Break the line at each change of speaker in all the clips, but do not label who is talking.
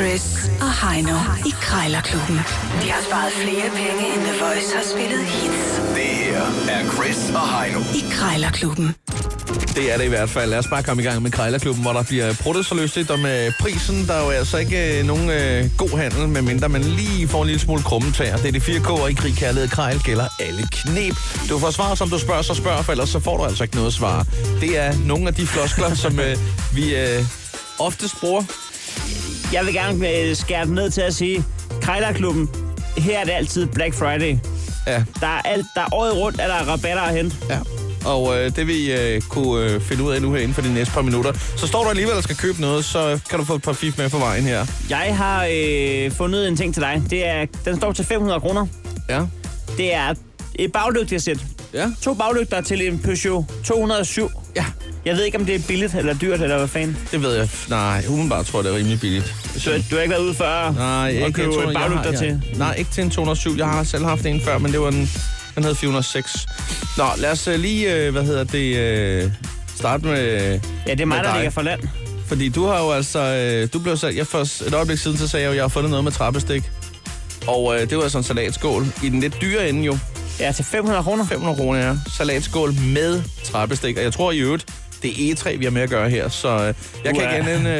Chris og Heino i Krejlerklubben. De har sparet flere penge, end The Voice har spillet hits
Det her er Chris og Heino.
i Krejlerklubben.
Det er det i hvert fald. Lad os bare komme i gang med Krejlerklubben, hvor der bliver pruttet så lystigt om øh, prisen. Der er jo altså ikke øh, nogen øh, god handel, medmindre man lige får en lille smule krummetær. Det er de fire K'er i krig, kærlighed og krejl gælder alle knep. Du får svar, som du spørger, så spørg, for ellers så får du altså ikke noget at svare. Det er nogle af de floskler, som øh, vi øh, oftest bruger.
Jeg vil gerne øh, skære den ned til at sige, Krejlerklubben, her er det altid Black Friday.
Ja,
Der er, alt, der er året rundt, er der rabatter at hente.
ja. Og øh, det vil I øh, kunne øh, finde ud af nu her inden for de næste par minutter. Så står du alligevel og skal købe noget, så øh, kan du få et par fif med på vejen her.
Jeg har øh, fundet en ting til dig. Det er, den står til 500 kroner.
Ja.
Det er et baglygtesæt.
Ja.
To baglygter til en Peugeot 207.
Ja.
Jeg ved ikke, om det er billigt eller dyrt, eller hvad fanden.
Det ved jeg. Nej, umiddelbart tror jeg, det er rimelig billigt.
Du, du har ikke været ude før
Nej,
at
ikke
købe
en 200. Jeg har-
baglygter
jeg,
til.
Nej, ikke til en 207. Jeg har selv haft en før, men det var en, den hed 406. Nå, lad os øh, lige, øh, hvad hedder det, øh, starte med...
Ja, det er
med
mig, der
dig.
ligger for land.
Fordi du har jo altså, øh, du blev selv, jeg først et øjeblik siden, så sagde jeg jo, jeg har fundet noget med trappestik. Og øh, det var altså en salatskål. I den lidt dyre ende jo.
Ja, til 500 kroner.
500 kroner ja. salatskål med trappestik. Og jeg tror i øvrigt, det er E3, vi har med at gøre her. Så øh, jeg kan
Uha.
ikke andet end...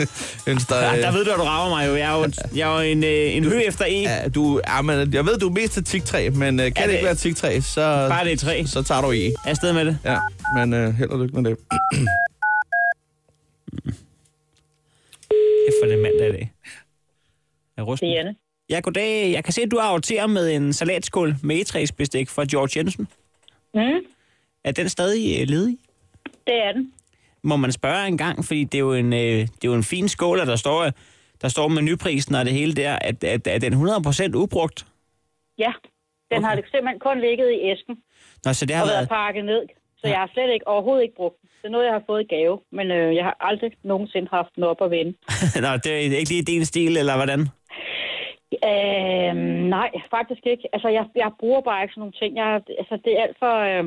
Øh, ønske dig,
Ja,
øh,
der ved du, at du rager mig jo. Jeg er jo, jeg er jo en, øh, en hø efter E.
Ja, du, ja, men jeg ved, du er mest til TikTræ, men øh, kan
Ja,
det ikke
det-
være TikTræ, så,
Bare det er træ.
så tager du i.
Er afsted med det.
Ja, men øh, held og lykke med det.
Kæft, for det er mandag i dag. Jeg er rusten.
Det er Anne.
Ja, goddag. Jeg kan se, at du arroterer med en salatskål med egetræsbestik fra George Jensen.
Mm,
Er den stadig øh, ledig?
det er den.
Må man spørge en gang, fordi det er jo en, øh, det er jo en fin skål, og der står, øh, der står menuprisen og det hele der, at, at, at den er 100% ubrugt.
Ja, den okay. har det simpelthen kun ligget i æsken
Nå, så det har
og været
været...
pakket ned. Så jeg har slet ikke, overhovedet ikke brugt den. Det er noget, jeg har fået i gave, men øh, jeg har aldrig nogensinde haft den op at vende.
Nå, det er ikke lige din stil, eller hvordan?
Øh, nej, faktisk ikke. Altså, jeg, jeg bruger bare ikke sådan nogle ting. Jeg, altså, det er alt for... Øh,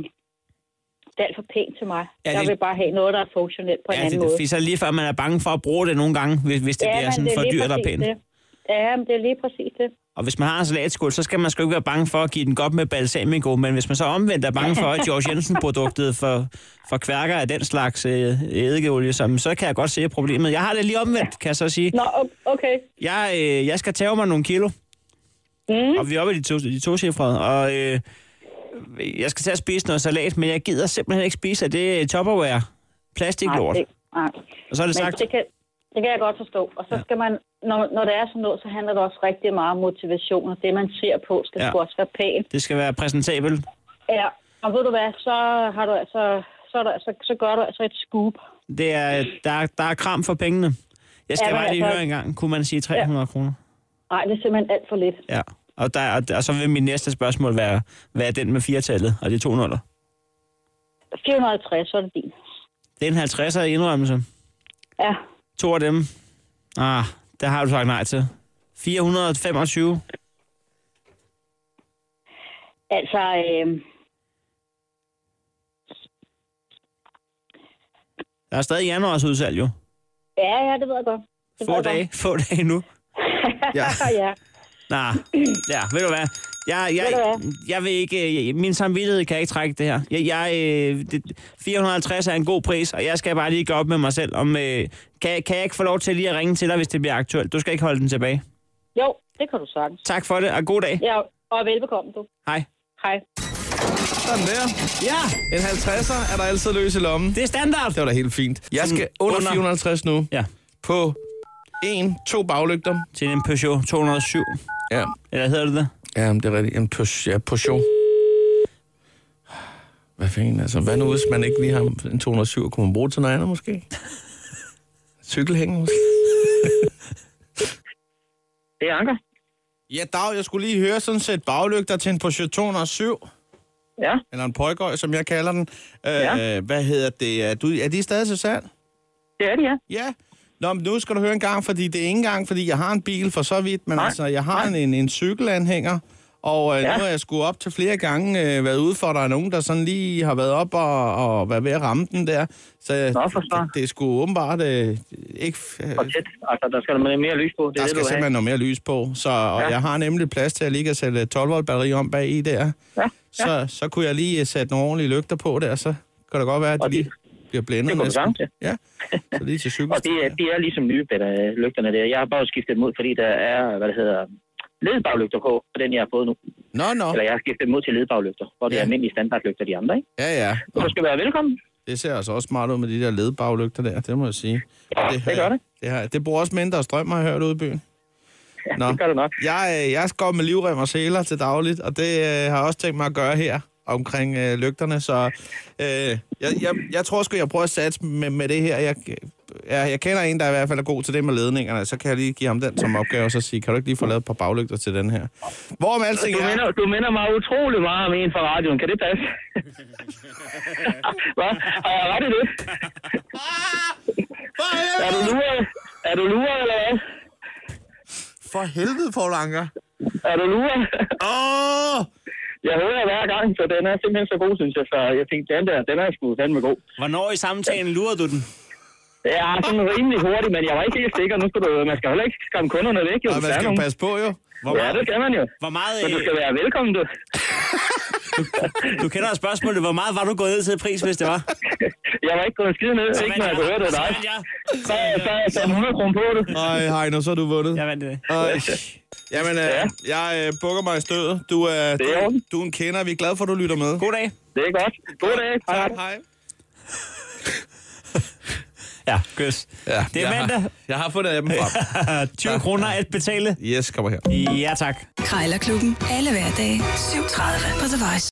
det er alt for pænt til mig.
Ja,
Ja, det... Jeg
det-
vil bare have noget, der er funktionelt på en
Ja, det,
anden måde.
fordi så er det lige før, man er bange for at bruge det nogle gange, hvis, hvis det bliver
men
sådan for
lige
dyrt og
præcis
pænt.
det. Ja, men det er lige præcis det.
Og hvis man har en salatskål, så skal man sgu ikke være bange for at give den godt med balsamico, men hvis man så omvendt er bange for at George Jensen-produktet for, for kværker af den slags øh, eddikeolie, som, så kan jeg godt se problemet. Jeg har det lige omvendt, kan jeg så sige.
Nå, o- okay.
Jeg, øh, jeg skal tage mig nogle kilo,
Mm,
og vi er oppe i de to, de to cifrede, og øh, jeg skal til at spise noget salat, men jeg gider simpelthen ikke spise af det øh, Tupperware plastiklort.
nej, det, nej.
Og så er det
Men
sagt,
det kan, det kan jeg godt forstå. Og så skal man, når, når det er sådan noget, så handler det også rigtig meget om motivation, og det, man ser på, skal
Ja.
ja. også være pænt.
det skal være præsentabelt.
Ja, og ved du hvad, så har du altså, så, er der, så, så gør du altså et scoop.
Det er, der, er- der er kram for pengene. Jeg skal
Øh.
ja,
Ja, men
bare lige
altså-
høre en gang, kunne man sige 300 ja. kroner?
Nej, det er simpelthen alt for lidt.
Ja, og, der, og, og så vil mit næste spørgsmål være, hvad er den med firetallet og de to nuller?
450, så er det din.
Det er en 50'er indrømmelse.
Ja,
To af dem. Ah, der har du sagt nej til. 425.
altså... Øh,
Der er stadig januars udsalg jo.
ja, ja, det ved jeg godt. Det ved
Få
jeg
dage, få dage nu.
godt. Ja. ja.
Nej, ja, ved du hvad? Jeg, jeg,
Ved
jeg,
du
vil ikke, øh, jeg, min samvittighed kan ikke trække det her. Jeg, jeg, øh, det, 450 er en god pris, og jeg skal bare lige gå op med mig selv. Om, øh, kan, kan jeg ikke få lov til lige at ringe til dig, hvis det bliver aktuelt? Du skal ikke holde den tilbage.
Jo, det kan du sagtens.
Tak for det, og god dag.
Ja, og velbekomme, du.
Hej.
Hej.
Sådan der.
Ja!
En 50'er er der altid løs i lommen.
Det er standard.
Det var da helt fint. Jeg skal
Sådan
under
under.
450 nu
Ja,
på en, to baglygter.
til en Peugeot 207.
Ja,
Eller hedder det det?
ja men det er rigtigt. En push, ja, Peugeot. Hvad fanden altså? Hvad nu, hvis man ikke lige har en 207? Kunne man bruge det til noget andet måske? Cykelhænge måske?
Det er Anker.
Ja, Dag, jeg skulle lige høre sådan set baglygter til en Peugeot 207,
Ja,
eller en Pøjgøj, som jeg kalder den. Øh, ja.
Ja.
Hvad hedder det? Er, du, er de stadig til salg?
det er det, ja.
Ja. Nå, men nu skal du høre en gang, fordi det er ikke engang, fordi jeg har en bil for så vidt, men Nej. altså, jeg har en, en, en cykelanhænger, Og øh, ja.
Ja.
nu har jeg sgu op til flere gange øh, været ude for, at der er nogen, der sådan lige har været op og, og været ved at ramme den der. Så
Nå, for søren.
det, det er sgu åbenbart øh, ikke... Øh,
for tæt. Altså, der skal der mere lys på. Det
der
er
skal
det, du vil have.
simpelthen noget mere lys på. Så, og ja.
Ja.
jeg har nemlig plads til, at lige kan sætte 12 volt batteri om bag i der.
Ja,
Så, så kunne jeg lige øh, sætte nogle ordentlige lygter på der, så kan det godt være, at det
Og det-
lige bliver blændet
det går vi
næsten.
sammen til.
Ja, så lige til cykel.
Og det er, det er ligesom nye bedre, øh, lygterne der. Jeg har bare skiftet dem ud, fordi der er, hvad det hedder, ledbaglygter på, på den jeg har fået nu.
Nå, nå.
Eller jeg har skiftet dem ud til ledbaglygter, hvor det
Ja.
er almindelige standardlygter, de andre, ikke?
Ja, ja.
Så du skal være velkommen.
Det ser altså også smart ud med de der ledbaglygter der, det må jeg sige.
Ja, det
har-
gør det.
Det, har, det bruger også mindre strøm, har jeg hørt ude i byen.
Ja,
Nå.
det gør du nok.
Jeg, øh, jeg går med livrem og seler til dagligt, og det øh, har jeg også tænkt mig at gøre her omkring øh, lygterne, så øh, jeg, jeg, jeg tror sgu, jeg prøver at satse med, med det her. Jeg, jeg, jeg kender en, der i hvert fald er god til det med ledningerne, så kan jeg lige give ham den som opgave, og så sige, kan du ikke lige få lavet et par baglygter til den her? Hvorom alting
Du
er...
minder, du minder mig utrolig meget om en fra radioen. Kan det passe? Hvad? Har jeg ret i det?
For
Er du
helvede,
luret? Er du luret, eller hvad?
for helvede Poul Anker!
Er du luret?
Åh! Oh!
Jeg hører hver gang, så den er simpelthen så god, synes jeg. Så jeg tænkte, den der, den er sgu fandme god.
Hvornår i samtalen lurer du den?
Ja, sådan rimelig hurtigt, men jeg var ikke helt sikker. Nu skal du, man skal heller ikke skræmme kunderne væk. Jo,
Og
hvis
man
der er
skal jo
nogen.
passe på, jo. Hvor
Ja,
meget,
det skal man jo.
Hvor meget,
Så du
øh,
skal være velkommen, du.
du kender spørgsmålet, hvor meget var du gået ned til i pris, hvis det var?
Jeg var ikke gået skide ned, ikke når jeg kunne høre det af dig.
Sådan, ja.
Så så er jeg sat 100 kroner på det.
Ej, Heino, så har du vundet.
Jeg vandt det.
Ej. Jamen, øh,
Ja.
jeg øh, bukker mig i stødet. Du, øh, det
i
du,
orden.
du er en kender. Vi er glade for, at du lytter med.
God dag.
Det er godt. God dag. Hej.
Hej.
Ja, kys.
Ja,
Det er
jeg
mandag.
Har, jeg har fundet appen frem.
20 kroner at betale.
yes, kommer her.
Ja, tak.
Krejlerklubben. Alle hverdage. 7.30 på The Voice.